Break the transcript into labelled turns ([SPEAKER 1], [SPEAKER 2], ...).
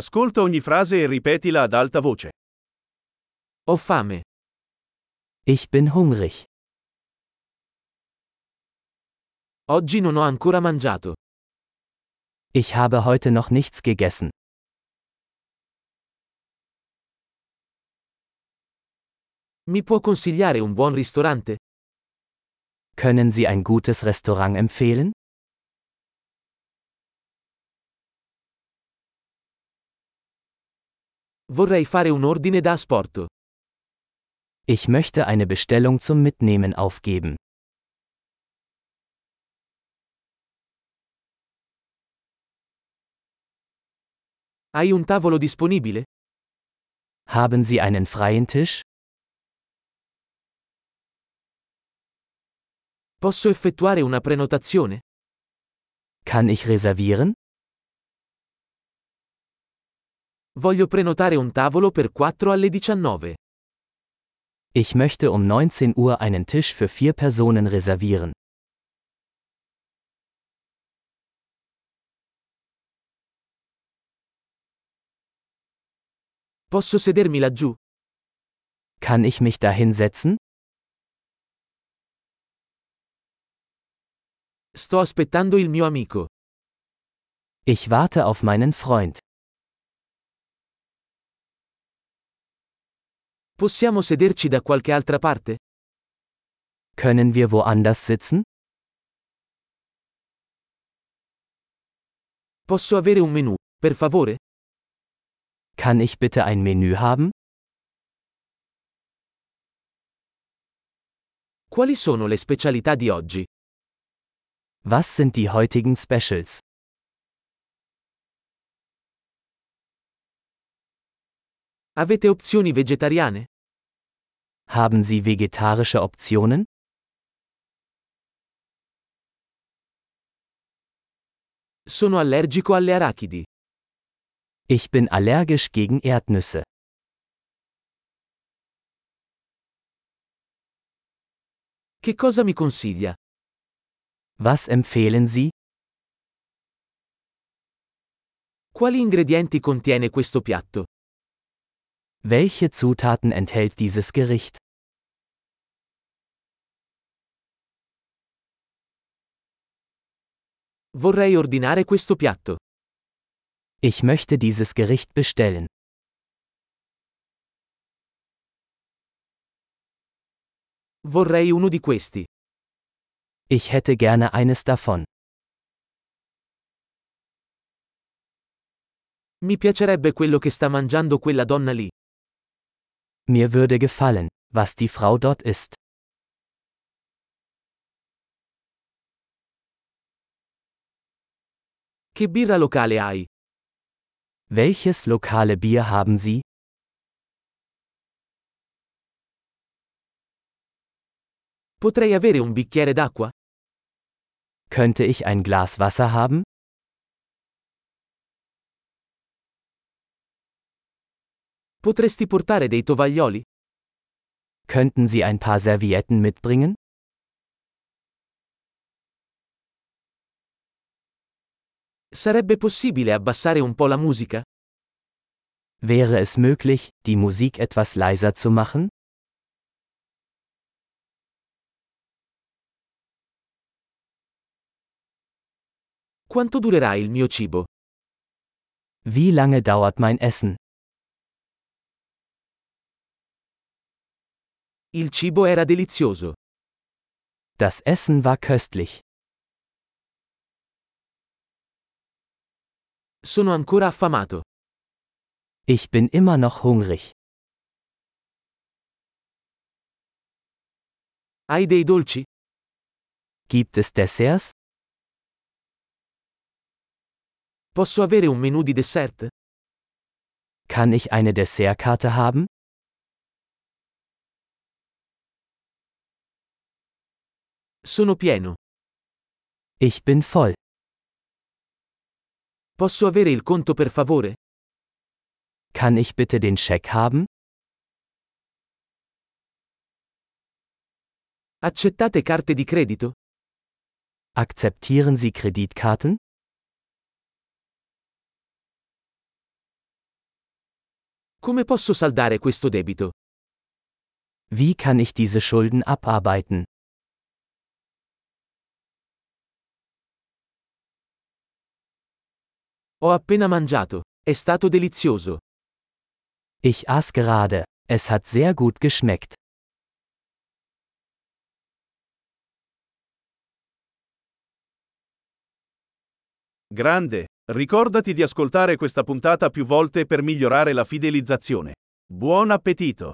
[SPEAKER 1] Ascolta ogni frase e ripetila ad alta voce.
[SPEAKER 2] Ho fame.
[SPEAKER 3] Ich bin hungrig.
[SPEAKER 2] Oggi non ho ancora mangiato.
[SPEAKER 3] Ich habe heute noch nichts gegessen.
[SPEAKER 2] Mi può consigliare un buon ristorante?
[SPEAKER 3] Können Sie ein gutes Restaurant empfehlen?
[SPEAKER 2] Vorrei fare un ordine da asporto.
[SPEAKER 3] Ich möchte eine Bestellung zum Mitnehmen aufgeben.
[SPEAKER 2] Hai un tavolo disponibile?
[SPEAKER 3] Haben Sie einen freien Tisch?
[SPEAKER 2] Posso effettuare una prenotazione?
[SPEAKER 3] Kann ich reservieren?
[SPEAKER 2] Voglio prenotare un tavolo per 4 alle 19.
[SPEAKER 3] Ich möchte um 19 Uhr einen Tisch für vier Personen reservieren.
[SPEAKER 2] Posso sedermi laggiù?
[SPEAKER 3] Kann ich mich da hinsetzen?
[SPEAKER 2] Sto aspettando il mio amico.
[SPEAKER 3] Ich warte auf meinen Freund.
[SPEAKER 2] Possiamo sederci da qualche altra parte?
[SPEAKER 3] Können wir woanders sitzen?
[SPEAKER 2] Posso avere un menù, per favore?
[SPEAKER 3] Kann ich bitte ein Menü haben?
[SPEAKER 2] Quali sono le specialità di oggi?
[SPEAKER 3] Was sind die heutigen Specials?
[SPEAKER 2] Avete opzioni vegetariane?
[SPEAKER 3] Haben Sie vegetarische Optionen?
[SPEAKER 2] Sono allergico alle arachidi.
[SPEAKER 3] Ich bin allergisch gegen Erdnüsse.
[SPEAKER 2] Che cosa mi consiglia?
[SPEAKER 3] Was empfehlen Sie?
[SPEAKER 2] Quali ingredienti contiene questo piatto?
[SPEAKER 3] Welche Zutaten enthält dieses Gericht?
[SPEAKER 2] Vorrei ordinare questo piatto.
[SPEAKER 3] Ich möchte dieses Gericht bestellen.
[SPEAKER 2] Vorrei uno di questi.
[SPEAKER 3] Ich hätte gerne eines davon.
[SPEAKER 2] Mi piacerebbe quello che sta mangiando quella donna lì.
[SPEAKER 3] Mir würde gefallen, was die Frau dort isst.
[SPEAKER 2] Che birra locale hai?
[SPEAKER 3] Welches lokale Bier haben Sie?
[SPEAKER 2] Potrei avere un bicchiere d'acqua?
[SPEAKER 3] Könnte ich ein Glas Wasser haben?
[SPEAKER 2] Potresti portare dei tovaglioli?
[SPEAKER 3] Könnten Sie ein paar Servietten mitbringen?
[SPEAKER 2] Sarebbe possibile abbassare un po' la musica?
[SPEAKER 3] Wäre es möglich, die Musik etwas leiser zu machen?
[SPEAKER 2] Quanto durerà il mio cibo?
[SPEAKER 3] Wie lange dauert mein Essen?
[SPEAKER 2] Il cibo era delizioso.
[SPEAKER 3] Das Essen war köstlich.
[SPEAKER 2] Sono ancora affamato.
[SPEAKER 3] Ich bin immer noch hungrig.
[SPEAKER 2] Hai dei dolci?
[SPEAKER 3] Gibt es Desserts?
[SPEAKER 2] Posso avere un menù di dessert?
[SPEAKER 3] Kann ich eine Dessertkarte haben?
[SPEAKER 2] Sono pieno.
[SPEAKER 3] Ich bin voll.
[SPEAKER 2] Posso avere il conto per favore?
[SPEAKER 3] Kann ich bitte den Scheck haben?
[SPEAKER 2] Accettate carte di credito?
[SPEAKER 3] Akzeptieren Sie Kreditkarten?
[SPEAKER 4] Come posso saldare questo debito?
[SPEAKER 3] Wie kann ich diese Schulden abarbeiten?
[SPEAKER 4] Ho appena mangiato. È stato delizioso.
[SPEAKER 3] Ich aß gerade. Es hat sehr gut geschmeckt.
[SPEAKER 2] Grande, ricordati di ascoltare questa puntata più volte per migliorare la fidelizzazione. Buon appetito!